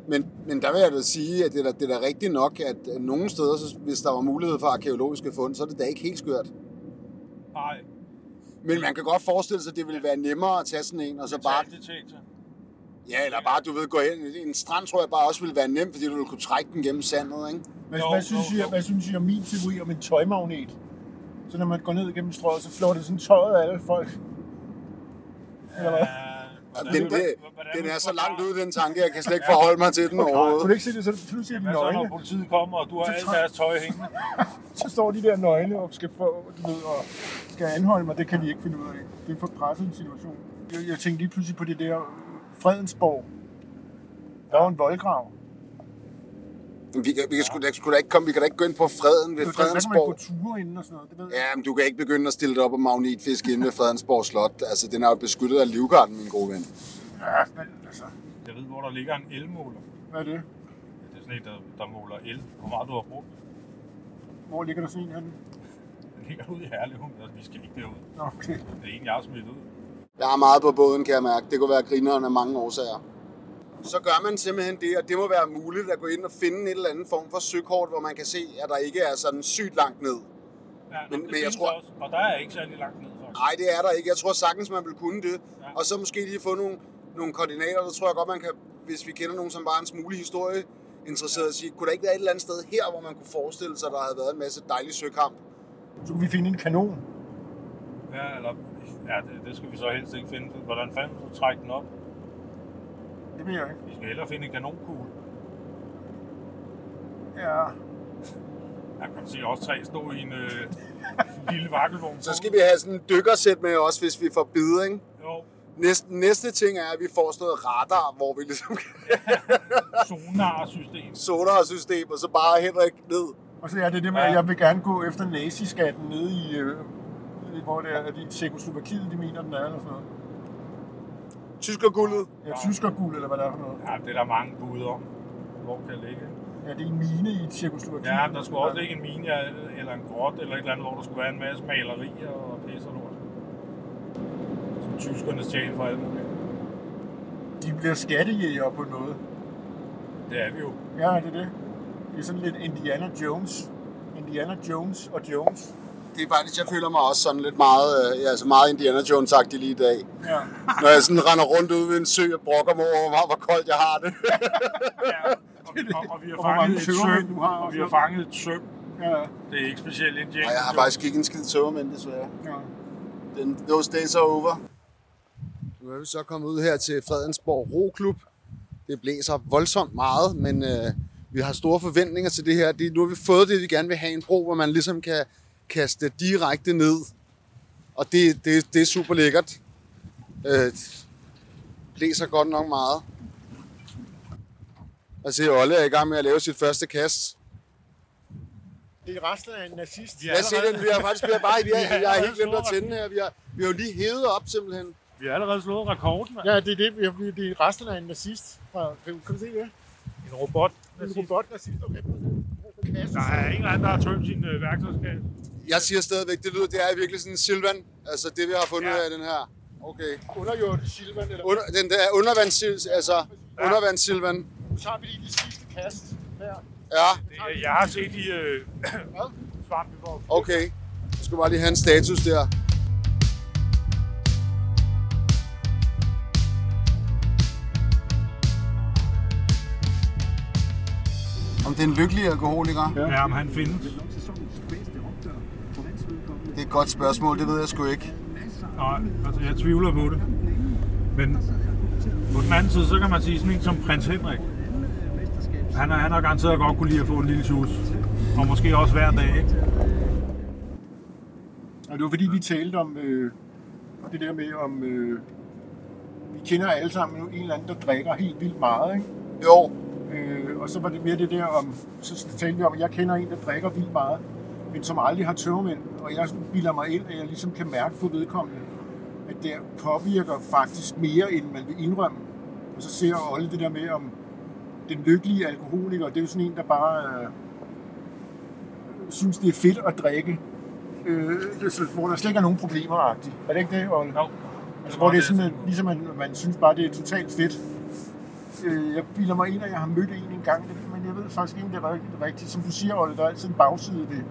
Speaker 3: Men, men der vil jeg da sige, at det er da, det er da rigtigt nok, at nogle steder, så, hvis der var mulighed for arkeologiske fund, så er det da ikke helt skørt.
Speaker 4: Nej,
Speaker 3: Men man kan godt forestille sig, at det ville være nemmere at tage sådan en, og så bare
Speaker 4: metaldetektor.
Speaker 3: Ja, eller bare, du ved, gå hen. En strand tror jeg bare også ville være nemt, fordi du ville kunne trække den gennem sandet, ikke?
Speaker 2: Hvad,
Speaker 4: Jo,
Speaker 2: hvad,
Speaker 4: jo,
Speaker 2: synes I,
Speaker 4: jo.
Speaker 2: hvad synes I om min teori om en tøjmagnet? Så når man går ned gennem strøget, så flår det sådan tøjet af alle folk. Eller hvad?
Speaker 4: Hvordan,
Speaker 3: Den, det,
Speaker 4: hvordan-
Speaker 3: den er så
Speaker 4: hvordan-
Speaker 3: langt ude, den tanke, jeg kan slet ikke forholde mig til den
Speaker 2: Kunne du
Speaker 3: overhovedet.
Speaker 2: ikke se det, så er det pludselig
Speaker 4: Hvad
Speaker 2: dine
Speaker 4: så, når
Speaker 2: øjne?
Speaker 4: politiet kommer, og du har
Speaker 2: Så
Speaker 4: alt
Speaker 2: træ-
Speaker 4: deres tøj hængende?
Speaker 2: Så står de der nøgne og skal, få, du ved, og skal anholde mig. Det kan de ikke finde ud af. Det er for presset en situation. Jeg, jeg tænkte lige pludselig på det der Fredensborg. Der var en voldgrav.
Speaker 3: Vi kan, vi kan, sgu, da- sgu da ikke komme, vi kan da ikke gå ind på freden
Speaker 2: Det
Speaker 3: ved
Speaker 2: var der, der kan man gå
Speaker 3: Fredensborg.
Speaker 2: ture inden og sådan noget. Det ved jeg.
Speaker 3: Ja, men du kan ikke begynde at stille dig op og magnetfiske inde ved Fredensborg Slot. Altså, den er jo beskyttet af Livgarden, min gode ven.
Speaker 2: Ja, men altså.
Speaker 4: Jeg ved, hvor der ligger en elmåler.
Speaker 2: Hvad er det?
Speaker 4: Det er sådan en, der, der måler el. Hvor meget du har brugt.
Speaker 2: Hvor ligger der sådan en henne?
Speaker 4: Den ligger ude i Herlev, men vi skal ikke derud.
Speaker 2: Nå, okay.
Speaker 4: Det er en, jeg har smidt ud.
Speaker 3: Jeg er meget på båden, kan jeg mærke. Det kunne være grineren af mange årsager. Så gør man simpelthen det, og det må være muligt at gå ind og finde en eller anden form for søkort, hvor man kan se, at der ikke er sådan sygt langt ned.
Speaker 4: Ja, nå,
Speaker 3: Men- men
Speaker 4: det
Speaker 3: jeg
Speaker 4: findes
Speaker 3: tror-
Speaker 4: Også, og der er jeg ikke særlig langt ned, faktisk.
Speaker 3: Nej, det er der ikke. Jeg tror sagtens, man vil kunne det.
Speaker 4: Ja.
Speaker 3: Og så måske lige få nogle, nogle koordinater. Der tror jeg godt, man kan, hvis vi kender nogen, som bare er en smule historie interesseret, sige, kunne der ikke være et eller andet sted her, hvor man kunne forestille sig, at der havde været en masse dejlig søkamp?
Speaker 2: Så kunne vi finde en kanon.
Speaker 4: Ja, eller, ja det, det, skal vi så helst ikke finde. Hvordan fanden du trække den op?
Speaker 2: Det ved jeg ikke.
Speaker 4: Vi skal hellere finde en kanonkugle.
Speaker 2: Ja.
Speaker 4: Jeg kan se os tre stå i en øh, lille vakkelvogn.
Speaker 3: Så skal vi have sådan en dykkersæt med også, hvis vi får bid, ikke?
Speaker 4: Jo,
Speaker 3: Næste, næste ting er, at vi får sådan noget radar, hvor vi ligesom kan
Speaker 4: sonarsystem.
Speaker 3: sonarsystem, og så bare Henrik ned.
Speaker 2: Og så er det det med,
Speaker 4: Ja.
Speaker 2: at jeg vil gerne gå efter naziskatten nede i, øh, i- hvor det er, at i Tjekoslovakiet, de mener, den er, eller sådan noget.
Speaker 3: Tyskerguldet.
Speaker 2: Ja, tyskerguld, eller hvad det er for noget.
Speaker 4: Ja, det er der mange bud om. Hvor kan det ligge?
Speaker 2: Ja, det er en mine i Tjekoslovakiet.
Speaker 4: Ja, men der skulle også ligge en mine ja, eller en grot eller et eller andet, hvor der skulle være en masse malerier og pisse og lort. Så tyskerne stjal for alle mulige.
Speaker 2: De bliver skattejæger på en måde.
Speaker 4: Det er vi jo.
Speaker 2: Ja, det er det. Det er sådan lidt Indiana Jones. Indiana Jones og Jones.
Speaker 3: Det er faktisk, jeg føler mig også sådan lidt meget, øh, ja, altså meget Indiana Jones-agtig lige i [LAUGHS] dag.
Speaker 2: Ja.
Speaker 3: Når jeg sådan render rundt ude ved en sø og brokker mig over, hvor, hvor koldt jeg har det.
Speaker 4: Ja, og, vi- og, og vi har
Speaker 2: Og hvor mange
Speaker 4: fanget et
Speaker 2: tømmermænd
Speaker 4: søm.
Speaker 2: du har
Speaker 4: Og
Speaker 2: også.
Speaker 4: vi har fanget et søm.
Speaker 2: ja.
Speaker 4: Det er ikke specielt indien.
Speaker 3: Og jeg har faktisk ikke en skid tømmermænd, desværre.
Speaker 2: ja.
Speaker 3: Den, those days are over. Nu er vi så kommet ud her til Fredensborg Roklub, Det blæser voldsomt meget, men øh, vi har store forventninger til det her. Det, nu har vi fået det, vi gerne vil have, en bro, hvor man ligesom kan kaste direkte ned. Og det, det, det er super lækkert. Øh, blæser godt nok meget. Og se, Olle er i gang med at lave sit første kast.
Speaker 2: Det er resten af en nazist.
Speaker 3: Lad os se den. Vi har faktisk vi har bare,
Speaker 2: [LAUGHS]
Speaker 3: vi har, vi har helt glemt at
Speaker 4: Allerede.
Speaker 3: tænde her. Vi har, vi har jo lige hævet op simpelthen.
Speaker 4: Vi har allerede slået rekorden, mand.
Speaker 2: Ja, det er det. Vi har, vi- det er resten af en nazist. Fra, kan, kan du se det?
Speaker 4: En robot.
Speaker 2: En robot-nazist. Okay.
Speaker 4: Der er ingen anden, der har tømt sin øh, værktøjskasse.
Speaker 3: Jeg siger stadigvæk, det lyder, det er virkelig sådan en Silvan. Altså det, vi har fundet
Speaker 4: Ja.
Speaker 3: ja. her i den her. Okay.
Speaker 2: Underjordet Silvan. Eller,
Speaker 3: Under, den der undervands, altså ja. undervands Silvan.
Speaker 2: nu tager vi lige det sidste kast. Her.
Speaker 3: Ja,
Speaker 4: Det, er- jeg har set de øh, [CLEARS THROAT] svampe for.
Speaker 3: okay. Jeg skulle bare lige have en status der. Om det er en lykkelig alkoholiker? Ja.
Speaker 4: Ja, men han findes.
Speaker 3: Det er et godt spørgsmål, det ved jeg sgu ikke.
Speaker 4: Nej, altså jeg tvivler på det. Men på den anden side, så kan man sige sådan en som prins Henrik. Han har, han har garanteret godt kunne lide at få en lille sus. Og måske også hver dag. ikke?
Speaker 2: Og det var fordi, vi talte om øh, det der med, om øh, vi kender alle sammen nu en eller anden, der drikker helt vildt meget. Ikke?
Speaker 3: Jo,
Speaker 2: Øh, og så var det mere det der om, så talte vi om, at jeg kender en, der drikker vildt meget, men som aldrig har tømmermænd. Og jeg sådan bilder mig ind, at jeg ligesom kan mærke på vedkommende, at det påvirker faktisk mere, end man vil indrømme. Og så ser Olle det der med, om den lykkelige alkoholiker, det er jo sådan en, der bare øh, synes, det er fedt at drikke. Øh, det- så- hvor der slet ikke er nogen problemer -agtigt. Er det ikke det, Olle?
Speaker 4: Jo.
Speaker 2: Altså, hvor det er sådan, at, ligesom at man synes bare, det er totalt fedt. Øh, jeg bilder mig ind, at jeg har mødt en engang, det- men jeg ved faktisk ikke, om det er rigt- rigtigt. Som du siger, Olle, der er altid en bagside ved.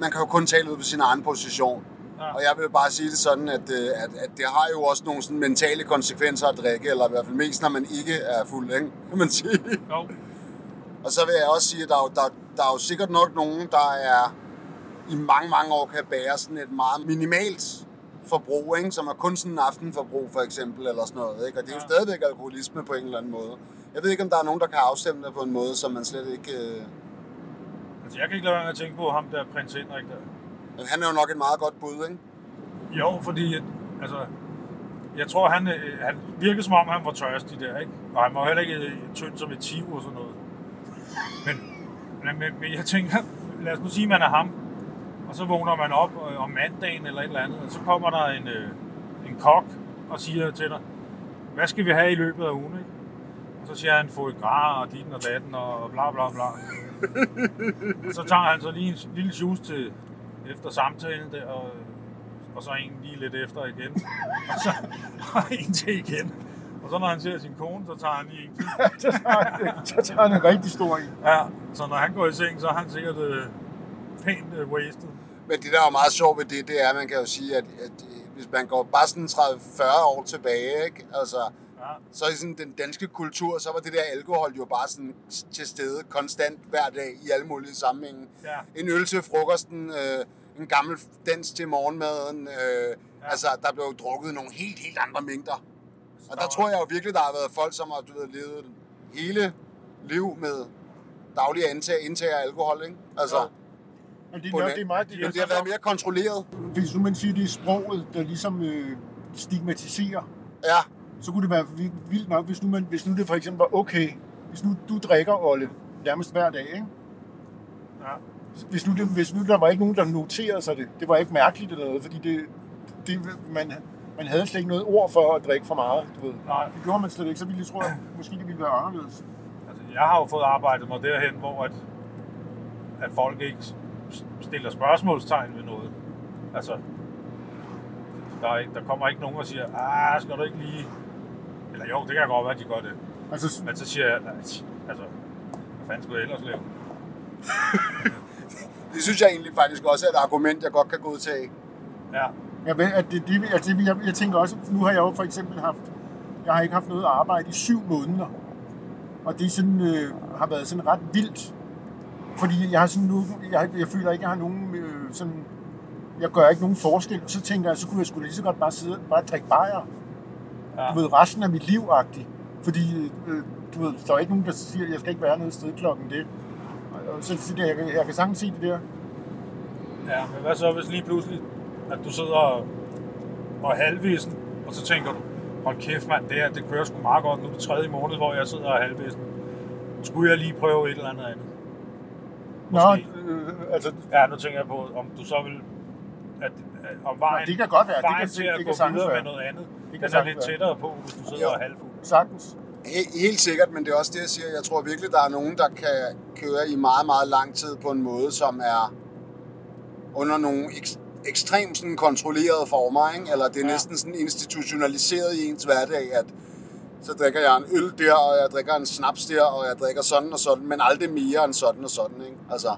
Speaker 3: man kan jo kun tale ud på sin egen position.
Speaker 4: Ja.
Speaker 3: Ja. Og jeg vil bare sige det sådan, at, øh, at, at det har jo også nogle sådan mentale konsekvenser at drikke, eller i hvert fald mest, når man ikke er fuld, ikke? [LAUGHS] kan man sige.
Speaker 4: Jo.
Speaker 3: Og så vil jeg også sige, at der er, jo- der, der er jo sikkert nok nogen, der er i mange, mange år kan bære sådan et meget minimalt forbrug, ikke? som er kun sådan en aftenforbrug for eksempel, eller sådan noget. Ikke? Og det er jo stadigvæk alkoholisme på en eller anden måde. Jeg ved ikke, om der er nogen, der kan afstemme det på en måde, som man slet ikke... Øh...
Speaker 4: Altså, jeg kan ikke lade være med at tænke på ham der, prins Henrik der.
Speaker 3: Men han er jo nok et meget godt bud, ikke?
Speaker 4: Jo, fordi at, altså, jeg tror, han, øh, han virkede som om, han var tørstig der, ikke? Og han var heller ikke øh, tynd som et tiv og sådan noget. Men, men- men, men jeg tænker, [LAUGHS] lad os nu sige, man er ham, og så vågner man op øh, om mandagen eller et eller andet, og så kommer der en, øh, en kok og siger til dig, hvad skal vi have i løbet af ugen, ikke? Og så siger han, få et grar og ditten og datten og bla bla bla. og så tager han så lige en s- lille sjus til efter samtalen der, og, og så en lige lidt efter igen. [LAUGHS] Og så og en til igen. Og så når han ser sin kone, så tager han lige en til.
Speaker 2: [LAUGHS] Så tager han en rigtig stor en.
Speaker 4: Ja, så når han går i seng, så er han sikkert øh, pænt øh, wasted.
Speaker 3: Men det, der er jo meget sjovt ved det, det er, at man kan jo sige, at, at øh, hvis man går bare sådan 30-40 år tilbage, ikke? Altså,
Speaker 4: Ja.
Speaker 3: så i sådan den danske kultur, så var det der alkohol jo bare sådan til stede konstant hver dag i alle mulige sammenhænge.
Speaker 4: Ja.
Speaker 3: En øl til frokosten, øh, en gammel dans til morgenmaden. Øh, ja. Altså, der blev jo drukket nogle helt, helt andre mængder. Og der tror jeg jo virkelig, der har været folk, som har du ved, levet hele liv med daglige antag, indtag af alkohol, ikke? Altså,
Speaker 2: Jo. Men det, er,
Speaker 3: På
Speaker 2: nok-
Speaker 3: den-
Speaker 2: det er meget det,
Speaker 3: men det har været mere kontrolleret.
Speaker 2: Hvis nu man siger, det er sproget, der ligesom øh, stigmatiserer,
Speaker 3: Ja,
Speaker 2: så kunne det være vi- vildt nok, hvis nu, man, hvis nu det for eksempel var okay, hvis nu du drikker, Olle, nærmest hver dag, ikke?
Speaker 4: Ja.
Speaker 2: Hvis nu, det, hvis nu der var ikke nogen, der noterede sig det, det var ikke mærkeligt eller noget, fordi det, det man, man havde slet ikke noget ord for at drikke for meget, du ved.
Speaker 4: Nej.
Speaker 2: Det gjorde man slet ikke, så ville jeg tro, at måske det ville være anderledes.
Speaker 4: Altså, jeg har jo fået arbejdet mig derhen, hvor at, at folk ikke s- stiller spørgsmålstegn ved noget. Altså, der, er ikke, der kommer ikke nogen og siger, ah, skal du ikke lige... Eller jo, det kan godt være, at de gør det.
Speaker 2: Altså,
Speaker 4: Men så siger jeg, "Nej, altså, hvad fanden skulle jeg ellers lave?
Speaker 3: det synes jeg egentlig faktisk også er et argument, jeg godt kan godtage.
Speaker 4: Ja,
Speaker 2: jeg, ved, at det, det, at det, jeg, jeg tænker også, nu har jeg jo for eksempel haft, jeg har ikke haft noget arbejde i syv måneder, og det er sådan, øh, har været sådan ret vildt, fordi jeg har sådan nu, jeg, jeg føler ikke, jeg har nogen øh, sådan, jeg gør ikke nogen forskel, og så tænker jeg, så kunne jeg skulle lige så godt bare sidde og bare drikke bajer,
Speaker 4: ja.
Speaker 2: du ved, resten af mit liv agtigt fordi øh, du ved, der er ikke nogen, der siger, at jeg skal ikke være nede i stridklokken det. Og Så siger jeg, jeg, jeg kan sagtens se det der.
Speaker 4: Ja, men hvad så, hvis lige pludselig, at du sidder og, og er halvvisen, og så tænker du, hold kæft mand, det her, det kører sgu meget godt, nu er det tredje måned, hvor jeg sidder og er halvvisen. Skulle jeg lige prøve et eller andet andet?
Speaker 2: Nå,
Speaker 4: Måske.
Speaker 2: øh, altså,
Speaker 4: Ja, nu tænker jeg på, om du så vil... At, at, om vejen,
Speaker 2: det kan godt være. Det
Speaker 4: vejen
Speaker 2: kan-
Speaker 4: til
Speaker 2: det-
Speaker 4: at
Speaker 2: det
Speaker 4: gå
Speaker 2: kan sagtens
Speaker 4: videre med
Speaker 2: være.
Speaker 4: noget andet, det
Speaker 2: kan
Speaker 4: den er lidt
Speaker 2: sagtens være.
Speaker 4: tættere på, hvis du sidder
Speaker 3: Jo.
Speaker 4: og er halvfuld.
Speaker 2: sagtens.
Speaker 3: He- Helt sikkert, men det er også det, jeg siger. Jeg tror virkelig, der er nogen, der kan køre i meget, meget lang tid på en måde, som er under nogle ek- ekstremt sådan, kontrollerede former, ikke? eller det er
Speaker 4: Ja.
Speaker 3: ja. næsten sådan institutionaliseret i ens hverdag, at så drikker jeg en øl der, og jeg drikker en snaps der, og jeg drikker sådan og sådan, men aldrig mere end sådan og sådan. Ikke? Altså,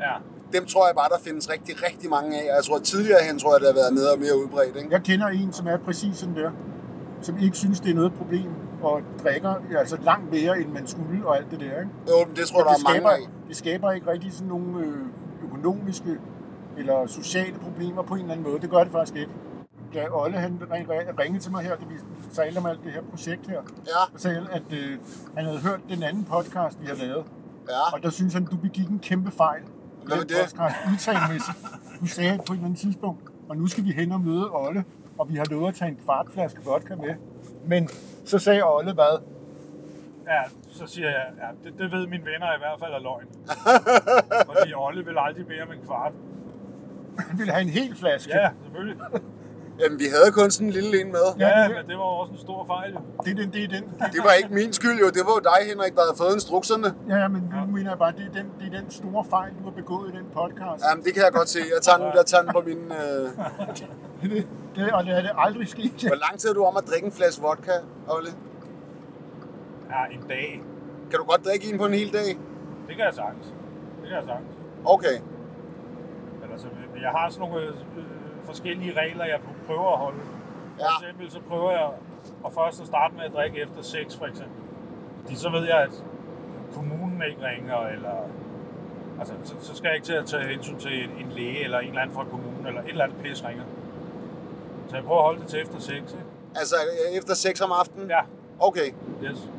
Speaker 4: Ja.
Speaker 3: dem tror jeg bare, der findes rigtig, rigtig mange af, og jeg tror, at tidligere hen tror jeg, det har været mere og mere udbredt. Ikke?
Speaker 2: Jeg kender en, som er præcis sådan der, som ikke synes, det er noget problem, og drikker altså langt mere, end man skulle, og alt det der. Ikke?
Speaker 3: Jo, men det tror jeg, der
Speaker 2: det,
Speaker 3: er mange øh,
Speaker 2: skaber,
Speaker 3: af.
Speaker 2: det skaber ikke rigtig sådan nogle øh, økonomiske eller sociale problemer på en eller anden måde. Det gør det faktisk ikke. Da Olle han ring- ring- ringede til mig her, da vi talte om alt det her projekt her,
Speaker 3: Ja,
Speaker 2: og sagde, at øh, han havde hørt den anden podcast, vi har lavet,
Speaker 3: ja.
Speaker 2: og der synes han, du begik en kæmpe fejl.
Speaker 3: Hvad
Speaker 2: Den
Speaker 3: var det?
Speaker 2: podcast udtalemæssigt. Du sagde på et eller andet tidspunkt, og nu skal vi hen og møde Olle, og vi har lovet at tage en kvartflaske vodka med. Men så sagde Olle hvad?
Speaker 4: ja, så siger jeg, ja, det, det ved mine venner i hvert fald er løgn. Fordi Olle vil aldrig bede om en kvart.
Speaker 2: Han ville have en hel flaske.
Speaker 4: Ja, selvfølgelig.
Speaker 3: Jamen, vi havde kun sådan en lille en med.
Speaker 4: Ja, men det var jo også en stor fejl. jo.
Speaker 2: Det er den, det er den.
Speaker 3: Det var ikke min skyld jo, det var jo dig, Henrik, der havde fået instrukserne.
Speaker 2: Ja, ja, men nu mener jeg bare, det er, den, det er den store fejl, du har begået i den podcast.
Speaker 3: Jamen, det kan jeg godt se. Jeg tager den, jeg tager den på min... Øh...
Speaker 2: Det, det, og det er det aldrig sket.
Speaker 3: Hvor lang tid er du om at drikke en flaske vodka, Olle?
Speaker 4: Ja, en dag.
Speaker 3: Kan du godt drikke en på en hel dag?
Speaker 4: Det kan jeg sagtens. Det kan jeg sagtens.
Speaker 3: Okay.
Speaker 4: Men altså, jeg har sådan nogle øh, øh, forskellige regler, jeg prøver at holde.
Speaker 3: Ja.
Speaker 4: For eksempel så prøver jeg at først at starte med at drikke efter 6 for eksempel. Fordi så ved jeg, at kommunen ikke ringer, eller altså, så, så skal jeg ikke til at tage hensyn til en, en læge, eller en eller anden fra kommunen, eller et eller andet pis ringer. Så jeg prøver at holde det til efter 6, ikke?
Speaker 3: Altså, øh, efter 6 om aftenen?
Speaker 4: Ja,
Speaker 3: Okay.
Speaker 4: yes.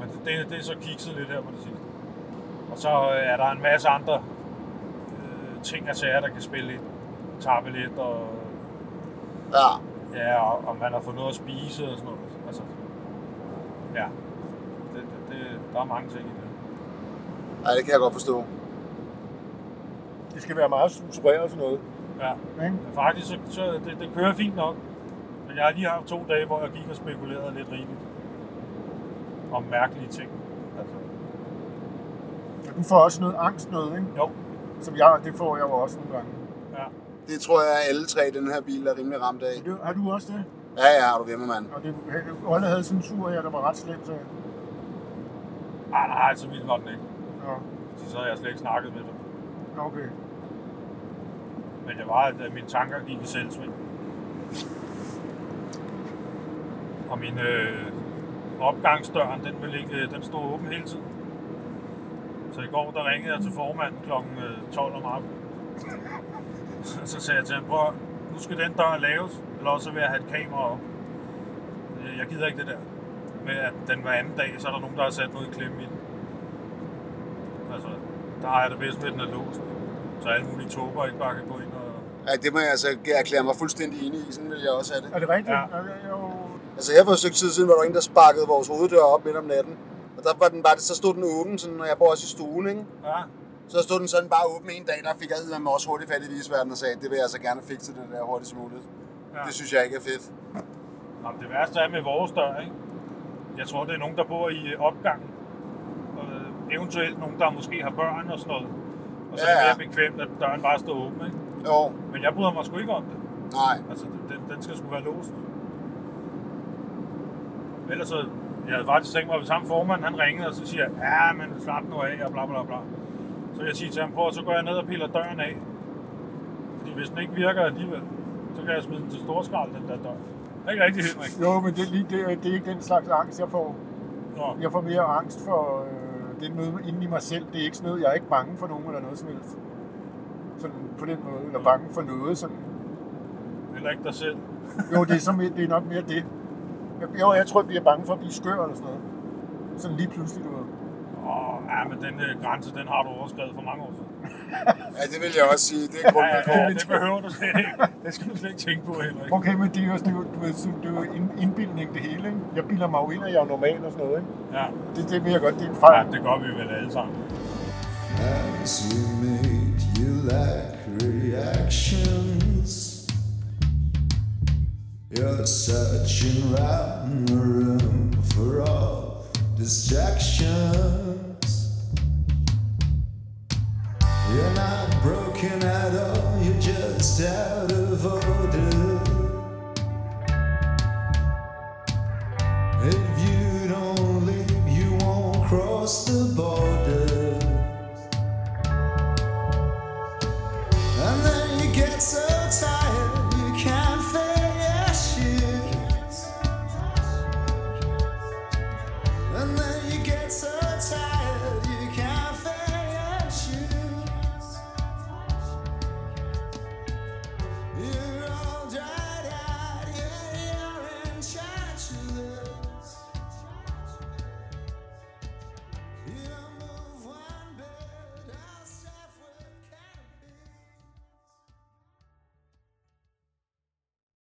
Speaker 4: Men det, det, det er så kikset lidt her på det sidste. Og så øh, er der en masse andre øh, ting og sager, der kan spille ind. Tarbelet og
Speaker 3: Ja.
Speaker 4: Ja, og om man har fået noget at spise og sådan noget. Altså, ja, det, det, det, der er mange ting i det.
Speaker 3: Ej, det kan jeg godt forstå.
Speaker 2: Det skal være meget struktureret og sådan noget.
Speaker 4: Ja,
Speaker 2: Ikke?
Speaker 4: men faktisk så, så det, det kører fint nok. Men jeg har lige haft to dage, hvor jeg gik og spekulerede lidt rigeligt om mærkelige ting. Altså,
Speaker 2: Og Du får også noget angst noget, ikke?
Speaker 4: jo,
Speaker 2: Som jeg, det får jeg jo også nogle gange.
Speaker 4: ja.
Speaker 3: Det tror jeg, at alle tre i den her bil er rimelig ramt af.
Speaker 2: Men det- Har du også det?
Speaker 3: Ja, ja, har du ved med, mand.
Speaker 2: Og det, Olle havde sådan en tur her, der var ret slem, så...
Speaker 4: Ej, nej, så vildt var den ikke.
Speaker 2: Nå,
Speaker 4: Fordi så havde jeg slet ikke snakket med dem.
Speaker 2: nå, okay.
Speaker 4: Men det var, at øh, mine tanker gik i selvsving. Og min øh, opgangsdøren, den, ville ikke, øh, den stod åben hele tiden. Så i går, der ringede jeg til formanden kl. 12 om aftenen. [LAUGHS] Så, så sagde jeg til ham, prøv, at- nu skal den dør laves, eller også vil jeg have et kamera op. Øh, Jeg gider ikke det der med, at den hver anden dag, så er der nogen, der har sat noget i klemme i den. Altså, der har jeg det bedst med, at den er låst. Så alle mulige tober ikke bare kan gå ind og
Speaker 3: Ja, det må jeg altså erklære mig fuldstændig enig i. Sådan vil jeg også have det.
Speaker 2: Er det rigtigt?
Speaker 4: Ja.
Speaker 2: Ja. Jeg, jo...
Speaker 3: Altså, her for et stykke tid siden var der en, der sparkede vores hoveddør op midt om natten. Og der var den bare, så stod den åben, sådan, når jeg bor også i stuen, ikke?
Speaker 4: Ja,
Speaker 3: Så stod den sådan bare åben en dag, der fik jeg med også hurtigt fat i visverden og sagde, det vil jeg altså gerne fikse det der hurtigt som muligt.
Speaker 4: ja.
Speaker 3: Det synes jeg ikke er fedt.
Speaker 4: Jamen, det værste er med vores dør, ikke? Jeg tror, det er nogen, der bor i øh, opgangen. Og øh, eventuelt nogen, der måske har børn og sådan noget. Og så ja,
Speaker 3: Ja,
Speaker 4: er
Speaker 3: ja.
Speaker 4: det mere bekvemt, at døren bare står åben, ikke?
Speaker 3: Jo,
Speaker 4: Men jeg bryder mig sgu ikke om det.
Speaker 3: nej.
Speaker 4: Altså, den, den skal sgu være låst. Ellers så, jeg havde faktisk tænkt mig, hvis ham formand, han ringede, og så siger, jeg, ja, men slap nu af, og bla bla bla. Så vil jeg siger til ham, prøv, at- så går jeg ned og piller døren af. Fordi hvis den ikke virker alligevel, så kan jeg smide den til storskrald, den der dør. Det er ikke rigtigt, Henrik.
Speaker 2: jo, men det, er lige, det, det er ikke den slags angst, jeg får.
Speaker 4: Nå,
Speaker 2: Jeg får mere angst for øh, den møde inde i mig selv. Det er ikke sådan noget, jeg er ikke bange for nogen eller noget som helst. Sådan på den måde, eller bange for noget. Sådan.
Speaker 4: heller ikke dig selv.
Speaker 2: Jo, det er, så mere, det er nok mere det. Jeg- Jo, jeg tror, jeg bliver bange for at blive skør eller sådan noget.
Speaker 8: Sådan lige pludselig, du ved.
Speaker 4: Åh, ja, men den øh, grænse, den har du overskrevet for mange år siden.
Speaker 9: Ja, det vil jeg også sige. Det er
Speaker 4: Ja,
Speaker 9: grundvilkår.
Speaker 4: ja, det behøver du slet
Speaker 9: [LAUGHS]
Speaker 4: ikke. Det skal du slet ikke tænke på heller ikke.
Speaker 8: Okay, men det er jo, det er jo, du ved, så det er jo ind- indbildning det hele, ikke? Jeg bilder mig jo ind, at jeg er normal og sådan noget, ikke?
Speaker 4: Ja,
Speaker 8: Det, det vil jeg godt, det er en
Speaker 4: ja
Speaker 8: fejl.
Speaker 4: det gør vi vel alle sammen.
Speaker 3: Estimate you lack reactions. You're searching round the room for all distractions. You're not broken at all, you're just out of all